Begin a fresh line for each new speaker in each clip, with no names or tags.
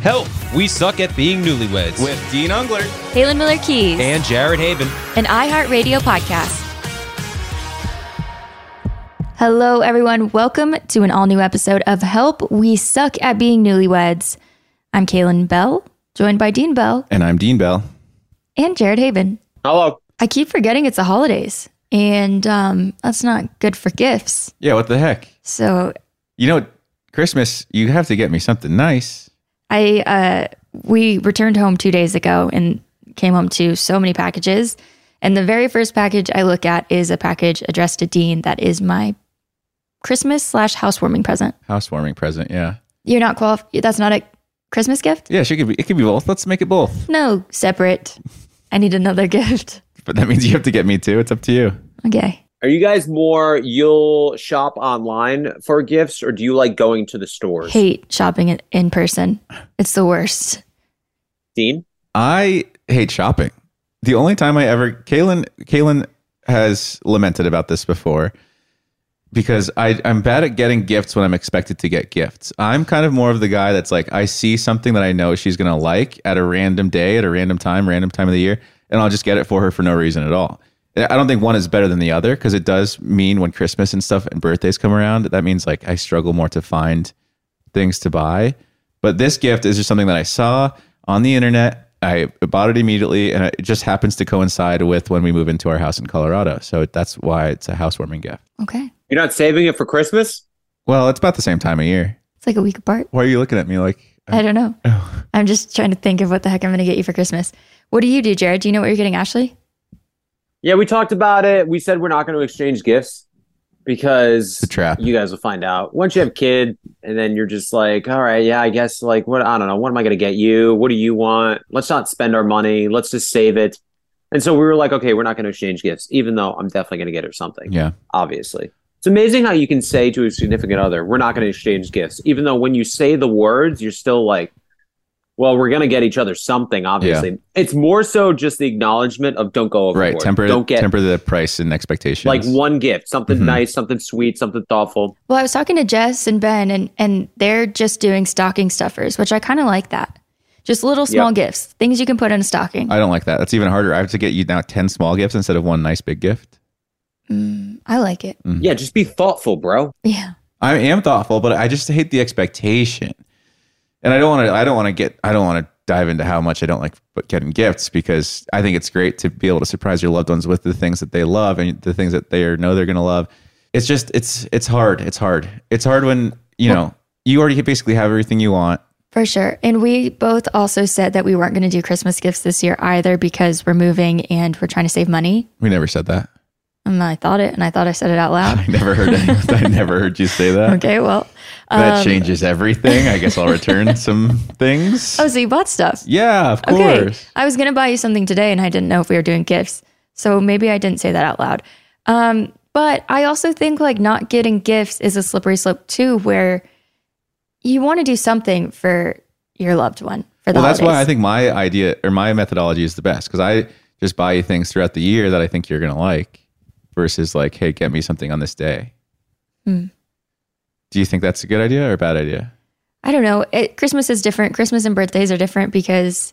Help! We suck at being newlyweds
With Dean Ungler.
Halen Miller Keys,
and Jared Haven.
an iHeartRadio podcast. Hello, everyone. Welcome to an all new episode of Help We Suck at Being Newlyweds. I'm Kaylin Bell, joined by Dean Bell
And I'm Dean Bell.
and Jared Haven.
Hello.
I keep forgetting it's the holidays, and um, that's not good for gifts.
Yeah, what the heck?
So
You know, Christmas, you have to get me something nice.
I uh we returned home two days ago and came home to so many packages. And the very first package I look at is a package addressed to Dean that is my Christmas slash housewarming present.
Housewarming present, yeah.
You're not qualified. That's not a Christmas gift.
Yeah, she could be it could be both. Let's make it both.
No, separate. I need another gift.
But that means you have to get me too. It's up to you.
Okay.
Are you guys more you'll shop online for gifts or do you like going to the stores?
Hate shopping in- in person. It's the worst.
Dean?
I hate shopping. The only time I ever Kaylin Kaylin has lamented about this before because I, I'm bad at getting gifts when I'm expected to get gifts. I'm kind of more of the guy that's like I see something that I know she's gonna like at a random day, at a random time, random time of the year, and I'll just get it for her for no reason at all. And I don't think one is better than the other because it does mean when Christmas and stuff and birthdays come around, that means like I struggle more to find things to buy. But this gift is just something that I saw on the internet. I bought it immediately, and it just happens to coincide with when we move into our house in Colorado. So that's why it's a housewarming gift.
Okay.
You're not saving it for Christmas?
Well, it's about the same time of year.
It's like a week apart.
Why are you looking at me like?
I don't know.
Oh.
I'm just trying to think of what the heck I'm going to get you for Christmas. What do you do, Jared? Do you know what you're getting, Ashley?
Yeah, we talked about it. We said we're not going to exchange gifts because
It's a trap.
you guys will find out. Once you have a kid and then you're just like, all right, yeah, I guess like what I don't know, what am I going to get you? What do you want? Let's not spend our money. Let's just save it. And so we were like, okay, we're not going to exchange gifts even though I'm definitely going to get her something.
Yeah.
obviously. It's amazing how you can say to a significant other, we're not going to exchange gifts, even though when you say the words, you're still like, well, we're going to get each other something, obviously. It's more so just the acknowledgement of don't go overboard.
Right. Temper.
don't get
temper the price and expectations.
like one gift, something
Mhm.
nice, something sweet, something thoughtful.
Mm-hmm.
Well, I was talking to Jess and Ben, and and they're just doing stocking stuffers, which I kind of like that. Just little small gifts, things you can put in a stocking. I,
I don't like that. That's even harder. I have to get you now ten small gifts instead of one nice big gift.
mm, I like it.
Yeah, just be thoughtful, bro.
Yeah.
I am thoughtful, but I just hate the expectation. And I don't want to. I don't want to get. I don't want to dive into how much I don't like but getting gifts because I think it's great to be able to surprise your loved ones with the things that they love and the things that they are- know they're going to love. It's just it's it's hard. It's hard. It's hard when you know you already basically have everything you want.
For sure. And we both also said that we weren't going to do Christmas gifts this year either because we're moving and we're trying to save money.
We never said that.
And I thought it and I thought I said it out loud.
I never heard. Any, I never heard you say that.
Okay. Um, Well,
That changes everything. I guess I'll return some things.
oh, so you bought stuff.
Yeah, of
Okay.
course.
I was going to buy you something today and I didn't know if we were doing gifts. So maybe I didn't say that out loud. Um, but I also think like not getting gifts is a slippery slope too, where you want to do something for your loved one for the
well that's why i
holidays.
think my idea or my methodology is the best because i just buy you things throughout the year that i think you're gonna like versus like hey get me something on this day
Hmm.
do you think that's a good idea or a bad idea
I don't know. It, Christmas is different. Christmas and birthdays are different because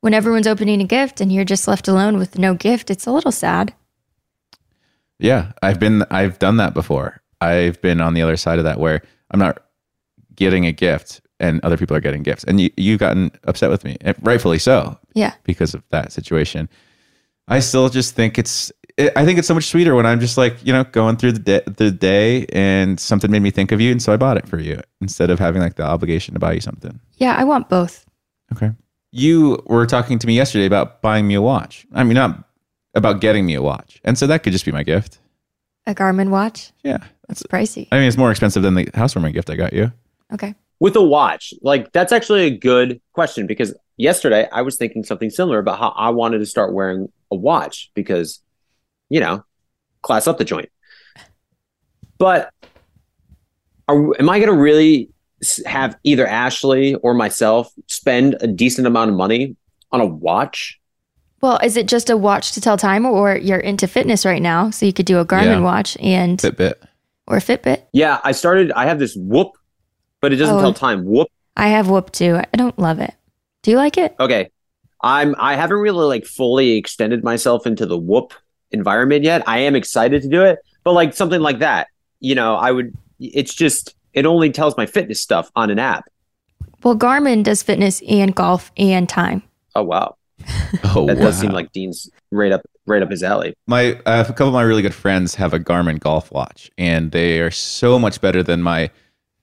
when everyone's opening a gift and you're just left alone with no gift, it's a little sad.
yeah i've been i've done that before i've been on the other side of that where i'm not getting a gift and other people are getting gifts and you, you've gotten upset with me and rightfully so
Yeah.
because of that situation. I still just think it's. It, I think it's so much sweeter when I'm just like you know going through the day, the day, and something made me think of you, and so I bought it for you instead of having like the obligation to buy you something.
Yeah. I want both.
Okay. You were talking to me yesterday about buying me a watch. I mean, not about getting me a watch, and so that could just be my gift.
A Garmin watch.
Yeah, that's.
Pricey.
I mean, it's more expensive than the housewarming gift I got you.
Okay.
with a watch. Like that's actually a good question because yesterday I was thinking something similar about how I wanted to start wearing a watch because, you know, class up the joint. But are, am I going to really s- have either Ashley or myself spend a decent amount of money on a watch?
Well, is it just a watch to tell time, or you're into fitness right now, so you could do a Garmin
Yeah.
watch and
Fitbit.
or a Fitbit?
Yeah, I started. I have this Whoop, but it doesn't
Oh.
tell time. Whoop.
I have Whoop too. I don't love it. Do you like it?
Okay, I'm. I haven't really like fully extended myself into the Whoop environment yet. I am excited to do it, but like something like that, you know, I would. It's just it only tells my fitness stuff on an app.
Well, Garmin does fitness and golf and time.
Oh wow,
Oh,
that does
wow.
seem like Dean's right up right up his alley.
my I have a couple of my really good friends have a Garmin golf watch, and they are so much better than my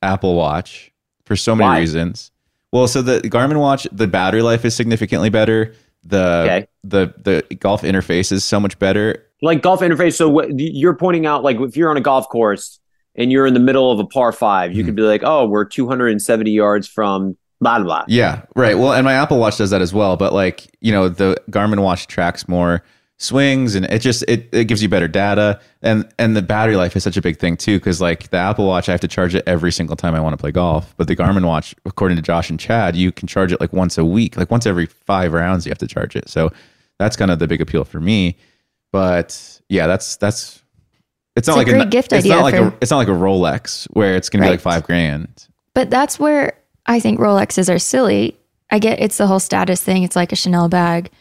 Apple Watch for so many
Why?
reasons. Well, so the Garmin watch, the battery life is significantly better. The
Okay.
the the golf interface is so much better.
like golf interface. So what you're pointing out, like if you're on a golf course and you're in the middle of a par five, you
Mhm.
could be like, oh, we're 270 yards from blah blah. blah.
Yeah, right. Well, and my Apple Watch does that as well, but like, you know, the Garmin watch tracks more swings and it just it, it gives you better data and and the battery life is such a big thing too cuz like the Apple Watch I have to charge it every single time I want to play golf, but the Garmin watch according to Josh and Chad, you can charge it like once a week, like once every 5 rounds you have to charge it. So that's kind of the big appeal for me. But yeah, that's that's it's not
It's a
like
great gift
it's
idea
not like
for-
a, it's not like a Rolex where it's going to be like
Right.
5 grand.
But that's where I think Rolexes are silly. I get it's the whole status thing. It's like a Chanel bag,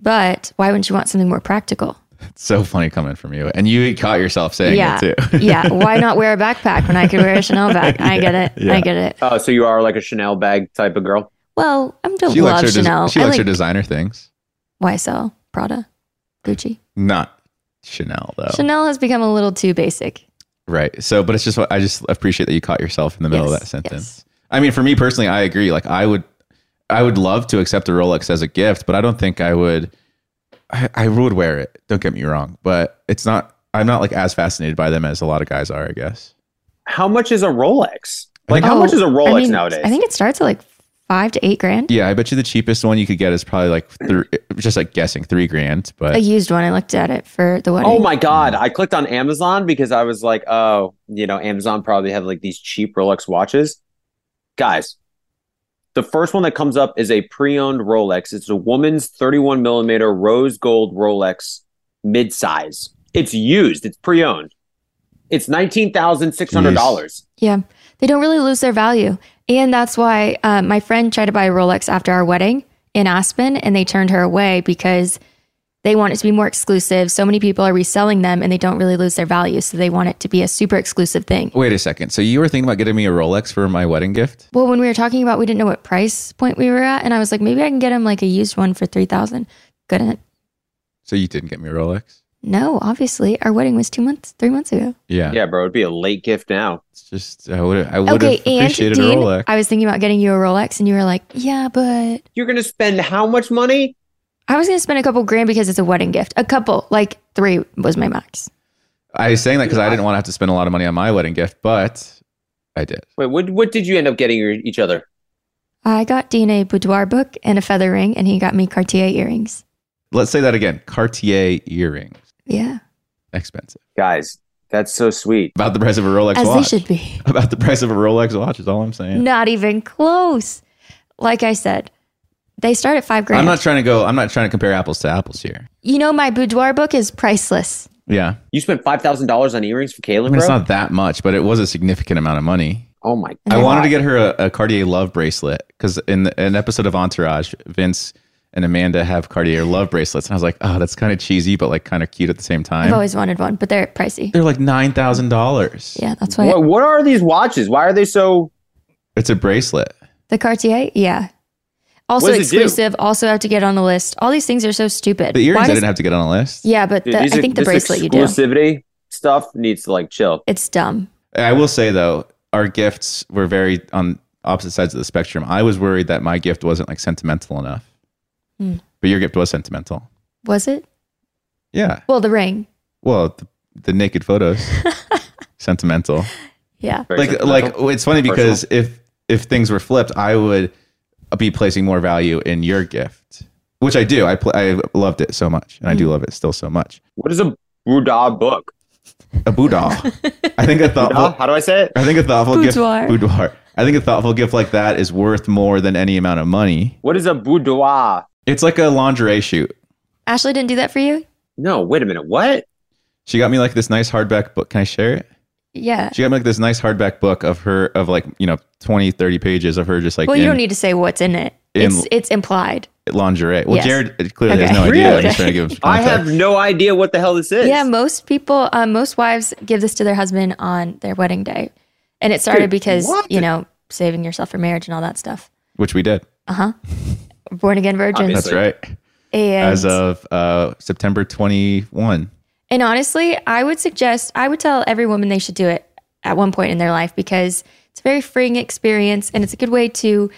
but why wouldn't you want something more practical?
so funny coming from you. And you caught yourself saying
Yeah.
it too.
yeah, why not wear a backpack when I could wear a Chanel bag? I get it.
Yeah.
I get it.
Oh, so you are like a Chanel bag type of girl.
Well, I don't
she likes,
love
her, des-
Chanel.
she
I
likes her
like
designer things.
YSL, Prada, Gucci.
Not Chanel though.
Chanel has become a little too basic.
Right. So, but it's just, what I just appreciate that you caught yourself in the middle of that
Yes,
sentence. I mean, for me personally, I agree. Like I would, I would love to accept a Rolex as a gift, but I don't think I would, I, I would wear it. Don't get me wrong, but it's not, I'm not like as fascinated by them as a lot of guys are, I guess.
How much is a Rolex? Like how
Oh,
much is a
I
Rolex
mean,
nowadays?
I think it starts at like five to eight grand.
Yeah. I bet you the cheapest one you could get is probably like, three, just like guessing three grand, but
I used one. I looked at it for the wedding.
Oh my god! I clicked on Amazon because I was like, "Oh, you know, Amazon probably have like these cheap Rolex watches." Guys, the first one that comes up is a pre-owned Rolex. It's a woman's 31 millimeter rose gold Rolex mid-size. It's used. It's pre-owned. It's nineteen thousand six hundred dollars.
Yeah, they don't really lose their value, and that's why uh, my friend tried to buy a Rolex after our wedding in Aspen, and they turned her away because they want it to be more exclusive. So many people are reselling them, and they don't really lose their value, so they want it to be a super exclusive thing.
Wait a second. So you were thinking about getting me a Rolex for my wedding gift?
Well, when we were talking about, we didn't know what price point we were at, and I was like, maybe I can get him like a used one for three thousand. Couldn't.
So you didn't get me a Rolex?
No, obviously, our wedding was two months, three months ago.
Yeah.
Yeah, bro, it'd be a late gift now.
It's just I would I would
Okay,
have
and
appreciated
Dean,
a Rolex.
I was thinking about getting you a Rolex, and you were like, "Yeah, but
You're gonna spend how much money?
I was gonna spend a couple grand because it's a wedding gift. A couple, like three, was my max.
I was saying that because I didn't want to have to spend a lot of money on my wedding gift, but I did.
Wait, what? What did you end up getting your, each other?
I got Dean a boudoir book and a feather ring, and he got me Cartier earrings.
Let's say that again. Cartier earrings,
Yeah,
expensive.
Guys, that's so sweet.
About the price of a Rolex
as
watch.
they should be.
About the price of a Rolex watch is all I'm saying.
Not even close. Like I said, they start at five grand.
I'm not trying to go. I'm not trying to compare apples to apples here.
you know, my boudoir book is priceless.
Yeah,
You spent five thousand dollars on earrings for Caitlin,
I mean
bro.
it's not that much, but it was a significant amount of money.
oh my!
And
I
they're
wanted
not.
to get her a, a Cartier love bracelet because in the, an episode of Entourage, Vince and Amanda have Cartier love bracelets, and I was like, oh, that's kind of cheesy, but like kind of cute at the same
I've
time.
always wanted one, but they're pricey.
They're like nine thousand dollars.
Yeah, that's why
What, what are these watches? Why are they so?
It's a bracelet.
the Cartier. Yeah. Also
does it do?
exclusive. Also have to get on the list. All these things are so stupid.
The earrings
Why
I
does-
didn't have to get on a list.
yeah, but
Dude,
the, I
these are-
think the
this
bracelet you do.
exclusivity stuff needs to like chill.
It's dumb.
I will say though, our gifts were very on opposite sides of the spectrum. I was worried that my gift wasn't like sentimental enough,
Hmm.
but your gift was sentimental.
Was it?
Yeah.
Well, the ring.
Well, the, the naked photos, sentimental.
Yeah.
Very
like
sentimental.
like it's funny because if if things were flipped, I would be placing more value in your gift, which I do. I pl- I loved it so much, and I
Mm.
do love it still so much.
What is a boudoir book?
A boudoir. I think a thoughtful.
Boudoir? How do I say it?
I think a thoughtful
Boudoir.
gift. Boudoir. I think a thoughtful gift like that is worth more than any amount of money.
What is a boudoir?
It's like a lingerie shoot.
Ashley didn't do that for you?
No, wait a minute. What?
She got me like this nice hardback book. Can I share it?
Yeah.
She got me like this nice hardback book of her of like, you know, 20, 30 pages of her just like
well,
in
you don't need to say what's in it.
in-
it's it's implied.
lingerie. Well,
Yes.
Jared uh, clearly has
Okay.
no idea.
Really?
He's trying to give
I
context.
have no idea what the hell this is.
Yeah, most people, uh, most wives give this to their husband on their wedding day, and it started
Dude,
because
what?
you know saving yourself for marriage and all that stuff.
which we did.
Uh huh. Born again virgins,
That's
Obviously.
right.
and
As of uh, September 21.
And honestly, I would suggest, I would tell every woman they should do it at one point in their life because it's a very freeing experience and it's a good way to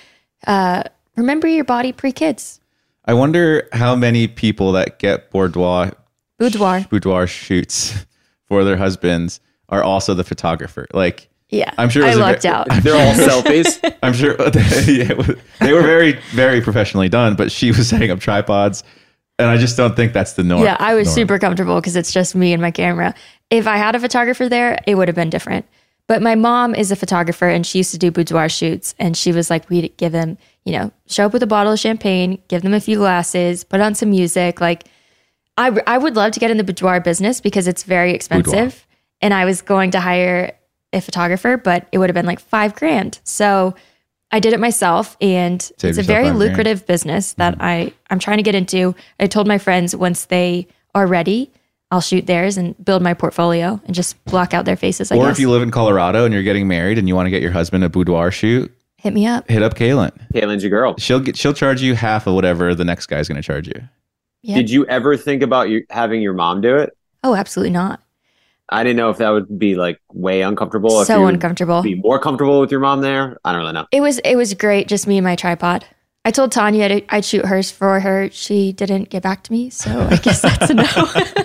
uh, remember your body pre kids.
I wonder how many people that get boudoir
Boudoir.
boudoir shoots for their husbands are also the photographer. Like
Yeah.
I'm sure it
I
was a ver-
lucked out.
They're all selfies.
I'm sure yeah, they were very very professionally done, but she was setting up tripods, and I just don't think that's the norm.
yeah, I was
norm.
super comfortable because it's just me and my camera. If I had a photographer there, it would have been different. But my mom is a photographer and she used to do boudoir shoots. And she was like, we'd give them, you know, show up with a bottle of champagne, give them a few glasses, put on some music. Like, I, I would love to get in the boudoir business because it's very expensive. And I was going to hire a photographer, but it would have been like five grand. So I did it myself. And it's a
yourself
very
five grand. Mm-hmm.
lucrative business that I, I'm trying to get into. I told my friends once they are ready, I'll shoot theirs and build my portfolio and just block out their faces. I
Or
guess.
if you live in Colorado and you're getting married and you want to get your husband a boudoir shoot,
Hit me up.
hit up Kaylin.
Kaylin's your girl.
She'll get she'll charge you half of whatever the next guy's going to charge you.
Yeah.
Did you ever think about you having your mom do it?
oh, absolutely not.
I didn't know if that would be like way uncomfortable. if
so
you'd
uncomfortable.
Be more comfortable with your mom there. I don't really know.
It was it was great, just me and my tripod. I told Tanya I'd, I'd shoot hers for her. She didn't get back to me, so I guess that's a no.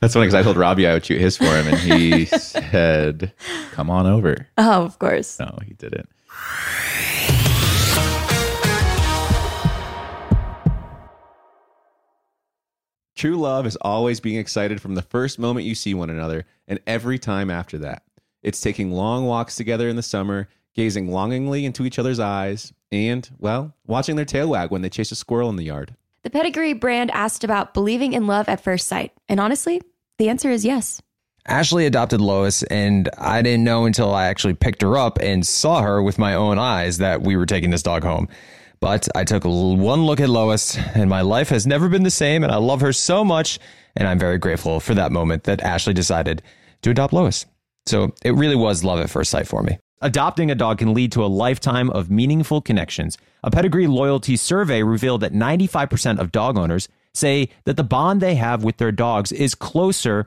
That's funny because I told Robbie I would shoot his for him, and he said, "Come on over."
oh, of course.
No, he didn't. True love is always being excited from the first moment you see one another and every time after that. It's taking long walks together in the summer, gazing longingly into each other's eyes, and, well, watching their tail wag when they chase a squirrel in the yard.
The Pedigree brand asked about believing in love at first sight, and honestly, the answer is yes.
Ashley adopted Lois, and I didn't know until I actually picked her up and saw her with my own eyes that we were taking this dog home. But I took l- one look at Lois, and my life has never been the same, and I love her so much. And I'm very grateful for that moment that Ashley decided to adopt Lois. So it really was love at first sight for me.
Adopting a dog can lead to a lifetime of meaningful connections. A pedigree loyalty survey revealed that 95% of dog owners say that the bond they have with their dogs is closer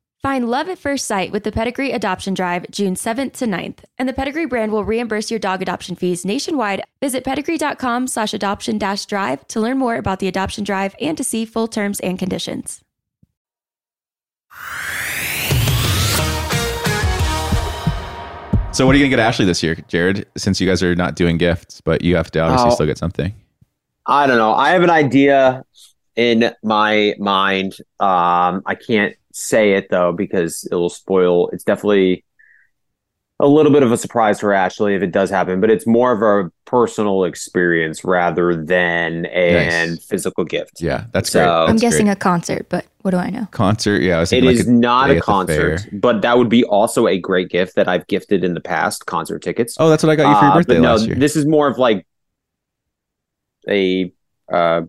Find love at first sight with the Pedigree Adoption Drive June 7th to 9th, and the Pedigree brand will reimburse your dog adoption fees nationwide. Visit pedigree.com slash adoption dash drive to learn more about the adoption drive and to see full terms and conditions.
So what are you gonna get Ashley this year, Jared? Since you guys are not doing gifts, but you have to obviously
Oh.
still get something.
I don't know. I have an idea in my mind. Um, I can't say it though because it will spoil. It's definitely a little bit of a surprise for Ashley if it does happen, but it's more of a personal experience rather than a
Nice.
physical gift.
Yeah, that's
So-
great.
I'm
I'm
That's
guessing
great.
a concert, but what do I know?
concert. Yeah, I was
It
thinking like
is not
day
a
at the
concert,
fair.
but that would be also a great gift that I've gifted in the past concert tickets.
a, oh, that's what I got you for your
Uh,
birthday
but no,
last year.
This is more of like a uh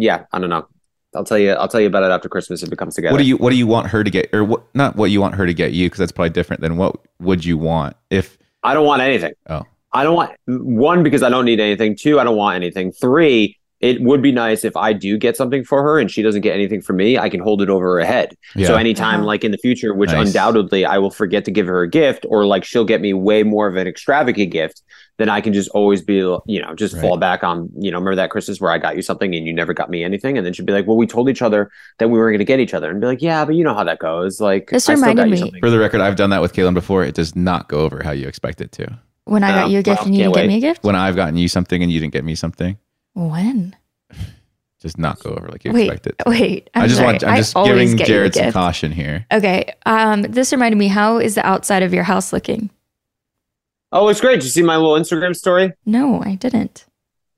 yeah, I don't know. I'll tell you I'll tell you about it after Christmas if it comes together.
what do you What do you want her to get, or what? Not what you want her to get you, because that's probably different than what would you want if.
I don't want anything.
Oh.
I don't want one because I don't need anything. Two, I don't want anything. Three, it would be nice if I do get something for her and she doesn't get anything from me, I can hold it over her head.
Yeah,
So anytime
Uh-huh.
like in the future, which
Nice.
undoubtedly I will forget to give her a gift, or like she'll get me way more of an extravagant gift, then I can just always be you know, just
Right.
fall back on, you know, remember that Christmas where I got you something and you never got me anything? And then she'd be like, Well, we told each other that we were gonna get each other and be like, Yeah, but you know how that goes. Like
This
I still
reminded
got you
me-
something.
for the record, I've done that with Kaylin before. It does not go over how you expect it to.
When
Uh,
I
Oh,
got you a gift
well,
and you didn't
can't
get
wait.
me a gift?
When I've gotten you something and you didn't get me something,
When?
it does not go over like you
Wait,
expect it. to.
wait. I'm
I just
sorry.
want. I'm just
I always
giving
get you a
Jared some
gift.
caution here.
Okay. Um, this reminded me. How is the outside of your house looking?
Oh, it's great. Did you see my little Instagram story?
No, I didn't.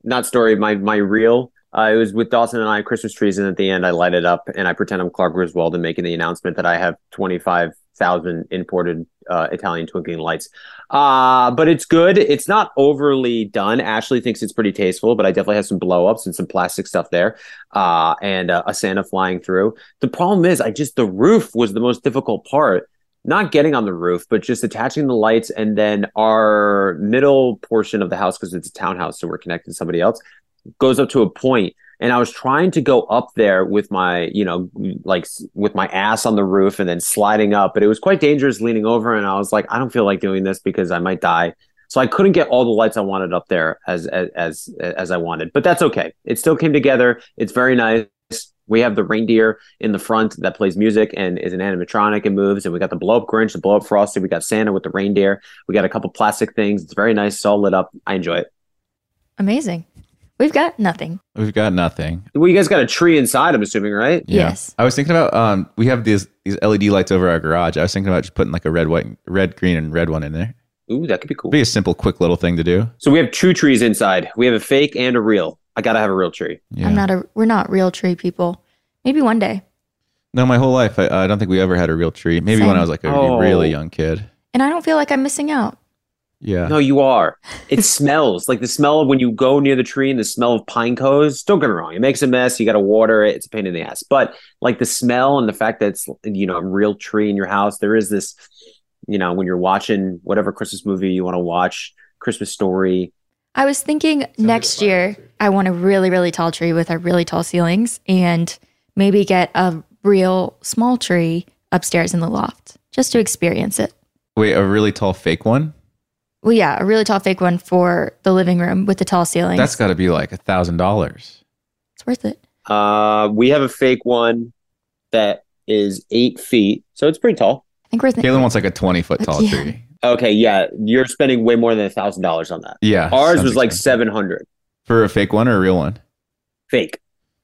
Not story, my my reel. Uh, it was with Dawson and I, Christmas trees, and at the end, I light it up and I pretend I'm Clark Griswold and making the announcement that I have twenty five thousand imported uh, Italian twinkling lights. Uh, but it's good. It's not overly done. Ashley thinks it's pretty tasteful, but I definitely have some blow ups and some plastic stuff there, uh, and uh, a Santa flying through. The problem is, I just the roof was the most difficult part. Not getting on the roof, but just attaching the lights, and then our middle portion of the house because it's a townhouse, so we're connected to somebody else goes up to a point and i was trying to go up there with my you know like s- with my ass on the roof and then sliding up but it was quite dangerous leaning over and i was like i don't feel like doing this because i might die so i couldn't get all the lights i wanted up there as as as, as i wanted but that's okay it still came together it's very nice we have the reindeer in the front that plays music and is an animatronic and moves. And we got the blow up Grinch, the blow up Frosty. We got Santa with the reindeer. We got a couple plastic things. It's very nice. It's all lit up. I enjoy it.
Amazing. We've got nothing.
We've got nothing.
Well, you guys got a tree inside, I'm assuming, right?
Yeah.
Yes.
I was thinking about um we have these these LED lights over our garage. I was thinking about just putting like a red, white, red, green, and red one in there.
Ooh, that could be cool.
Be a simple, quick little thing to do.
So we have two trees inside. We have a fake and a real. I gotta have a real tree.
Yeah.
I'm not a. We're not real tree people. Maybe one day.
no, my whole life, I, I don't think we ever had a real tree. Maybe when
Same.
I was like a
Oh.
really young kid.
And I don't feel like I'm missing out.
Yeah.
No, you are. It smells like the smell of when you go near the tree and the smell of pine cones. Don't get me wrong; it makes a mess. You got to water it. It's a pain in the ass. But like the smell and the fact that it's you know a real tree in your house, there is this, you know, when you're watching whatever Christmas movie you want to watch, Christmas story.
I was thinking next year I want a really really tall tree with our really tall ceilings and maybe get a real small tree upstairs in the loft just to experience it.
Wait, a really tall fake one?
Well, yeah, a really tall fake one for the living room with the tall ceilings.
That's got to be like a thousand dollars.
it's worth it.
Uh, we have a fake one that is eight feet, so it's pretty tall.
I think we're thinking.
Kaylin wants like a twenty foot tall
Yeah.
tree.
Okay, yeah, you're spending way more than a thousand dollars on that.
Yeah.
Ours
sounds
was like
expensive.
seven hundred.
for a fake one or a real one.
Fake.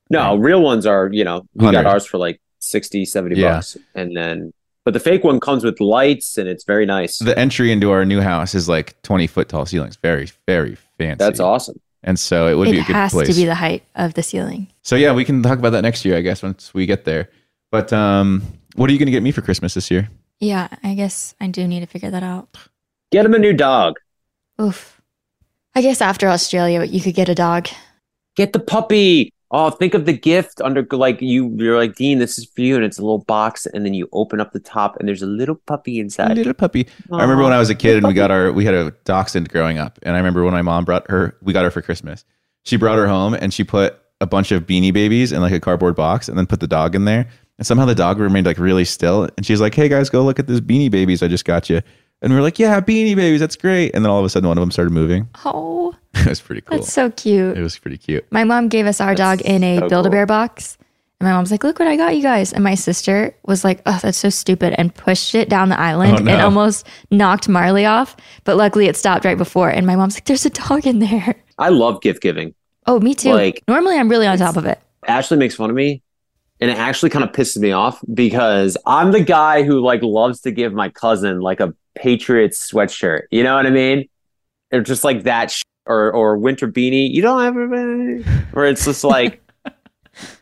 No, real ones are you know we got
100.
ours for like 60, 70
Yeah.
bucks, and then but the fake one comes with lights and it's very nice.
The entry into our new house is like twenty foot tall ceilings. Very, very fancy.
That's awesome.
And so it would
it
be a good
has
place
to be the height of the ceiling.
So yeah, we can talk about that next year, I guess, once we get there. But um, what are you going to get me for Christmas this year?
Yeah, I guess I do need to figure that out.
Get him a new dog.
Oof. I guess after Australia, you could get a dog.
Get the puppy. Oh, think of the gift under like you. You're like Dean. This is for you, and it's a little box, and then you open up the top, and there's a little puppy
A
inside.
little puppy. I remember when I was a kid and we
puppy.
got our we had a dachshund growing up, and I remember when my mom brought her we got her for Christmas. She brought her home and she put a bunch of beanie babies in like a cardboard box and then put the dog in there. And somehow the dog remained like really still. And she's like, Hey guys, go look at this beanie babies I just got you. And we were like, Yeah, beanie babies, that's great. And then all of a sudden one of them started moving.
Oh,
it was pretty cool.
that's so cute.
It was pretty cute.
My mom gave us our
That's
dog in a
so
Build-A-Bear box, And my mom's like, look what I got you guys. And my sister was like, oh, that's so stupid. And pushed it down the island
Oh, no.
and almost knocked Marley off. But luckily it stopped right before. And my mom's like, there's a dog in there.
I love gift giving.
Oh, me too.
Like-
Normally I'm really on top of it.
Ashley makes fun of me, and it actually kind of pisses me off because I'm the guy who like loves to give my cousin like a Patriots sweatshirt. You know what I mean? Or just like that, sh- or or winter beanie. You don't have, or it's just like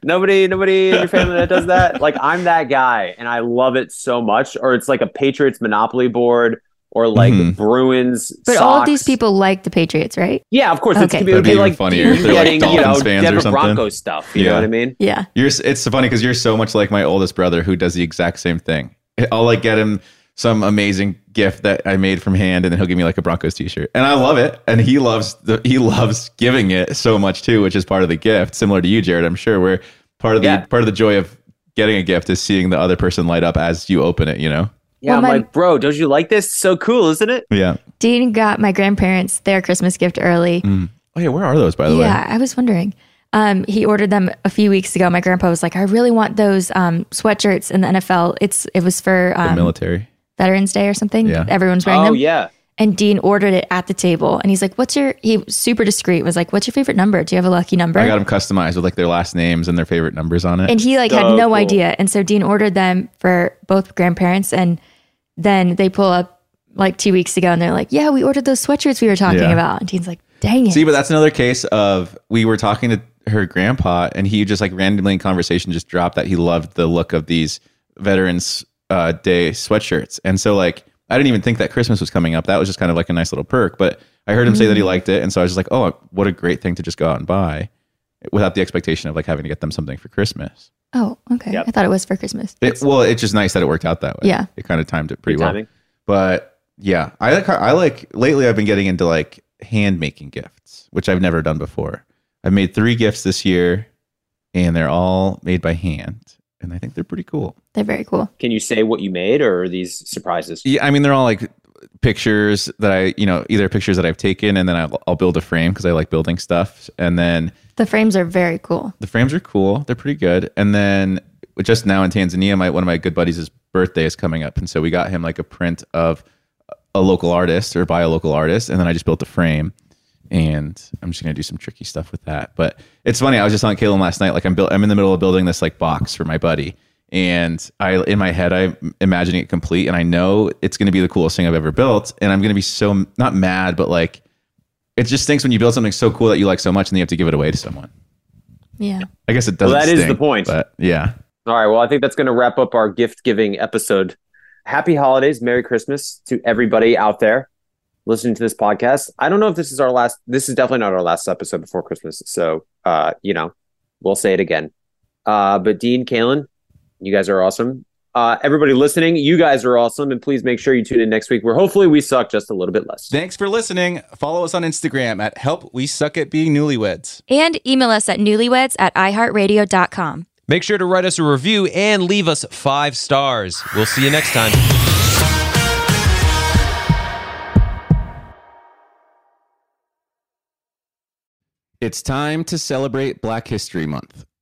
nobody, nobody in your family that does that. Like I'm that guy, and I love it so much. Or it's like a Patriots monopoly board. Or like
Mhm.
Bruins,
But all of these
socks.
people like the Patriots, right?
Yeah, of course.
Okay.
It's, it
That'd
would
be
be,
even
like
funnier if they're, like,
getting, you know,
Dolphins fans or
Denver
something.
Broncos stuff. You
Yeah.
know what I mean?
Yeah.
You're, s- it's funny because you're so much like my oldest brother who does the exact same thing. I'll like get him some amazing gift that I made from hand, and then he'll give me like a Broncos T-shirt, and I love it. And he loves the, he loves giving it so much too, which is part of the gift. Similar to you, Jared, I'm sure. Where part of the
Yeah.
part of the joy of getting a gift is seeing the other person light up as you open it. You know?
Yeah,
Well,
I'm
my-
like, bro, don't you like this? It's so cool, isn't it?
Yeah.
Dean got my grandparents their Christmas gift early.
Mm.
Oh yeah, where are those by the way?
Yeah, I was wondering. Um, he ordered them a few weeks ago. My grandpa was like, "I really want those um, sweatshirts in the NFL. It's it was for
The
um,
military.
Veterans Day or something.
Yeah.
Everyone's wearing
Oh
them."
yeah.
And Dean ordered it at the table, and he's like, "What's your?" He was super discreet was like, "What's your favorite number? Do you have a lucky number?"
I got them customized with like their last names and their favorite numbers on it.
and he like had
So
no
cool.
idea. And so Dean ordered them for both grandparents, and then they pull up like two weeks ago, and they're like, "Yeah, we ordered those sweatshirts we were talking
Yeah.
about." And Dean's like, "Dang it!"
See, but that's another case of we were talking to her grandpa, and he just like randomly in conversation just dropped that he loved the look of these Veterans uh, Day sweatshirts. And so, like, I didn't even think that Christmas was coming up. That was just kind of like a nice little perk. But I heard him say that he liked it. And so I was just like, oh, what a great thing to just go out and buy without the expectation of like having to get them something for Christmas.
oh, okay.
Yep.
I thought it was for Christmas.
It, well, it's just nice that it worked out that way.
Yeah.
It kind of timed it pretty
Good
well.
timing.
But yeah, I like I like lately I've been getting into like hand making gifts, which I've never done before. I've made three gifts this year and they're all made by hand. And I think they're pretty cool.
They're very cool.
Can you say what you made or are these surprises?
Yeah, I mean they're all like pictures that I, you know, either pictures that I've taken and then I'll, I'll build a frame because I like building stuff. And then
The frames are very cool.
the frames are cool; they're pretty good. And then just now in Tanzania, my one of my good buddies' his birthday is coming up, and so we got him like a print of a local artist or by a local artist, and then I just built a frame. And I'm just gonna do some tricky stuff with that. But it's funny. I was just on Caleb last night. Like I'm built. I'm in the middle of building this like box for my buddy, and I in my head I'm imagining it complete, and I know it's gonna be the coolest thing I've ever built, and I'm gonna be so not mad, but like it just stinks when you build something so cool that you like so much, and then you have to give it away to someone.
Yeah.
I guess it
Well,
doesn't.
that is the
stink,
point.
But yeah,
All right. Well, I think that's going to wrap up our gift giving episode. Happy holidays. Merry Christmas to everybody out there listening to this podcast. I don't know if this is our last, this is definitely not our last episode before Christmas. So, uh, you know, we'll say it again. Uh, but Dean, Kalen, you guys are awesome. Uh, everybody listening, you guys are awesome. And please make sure you tune in next week where hopefully we suck just a little bit less.
Thanks for listening. Follow us on Instagram at Help We Suck at Being Newlyweds.
And email us at newlyweds at iheartradio.com.
Make sure to write us a review and leave us five stars. We'll see you next time.
It's time to celebrate Black History Month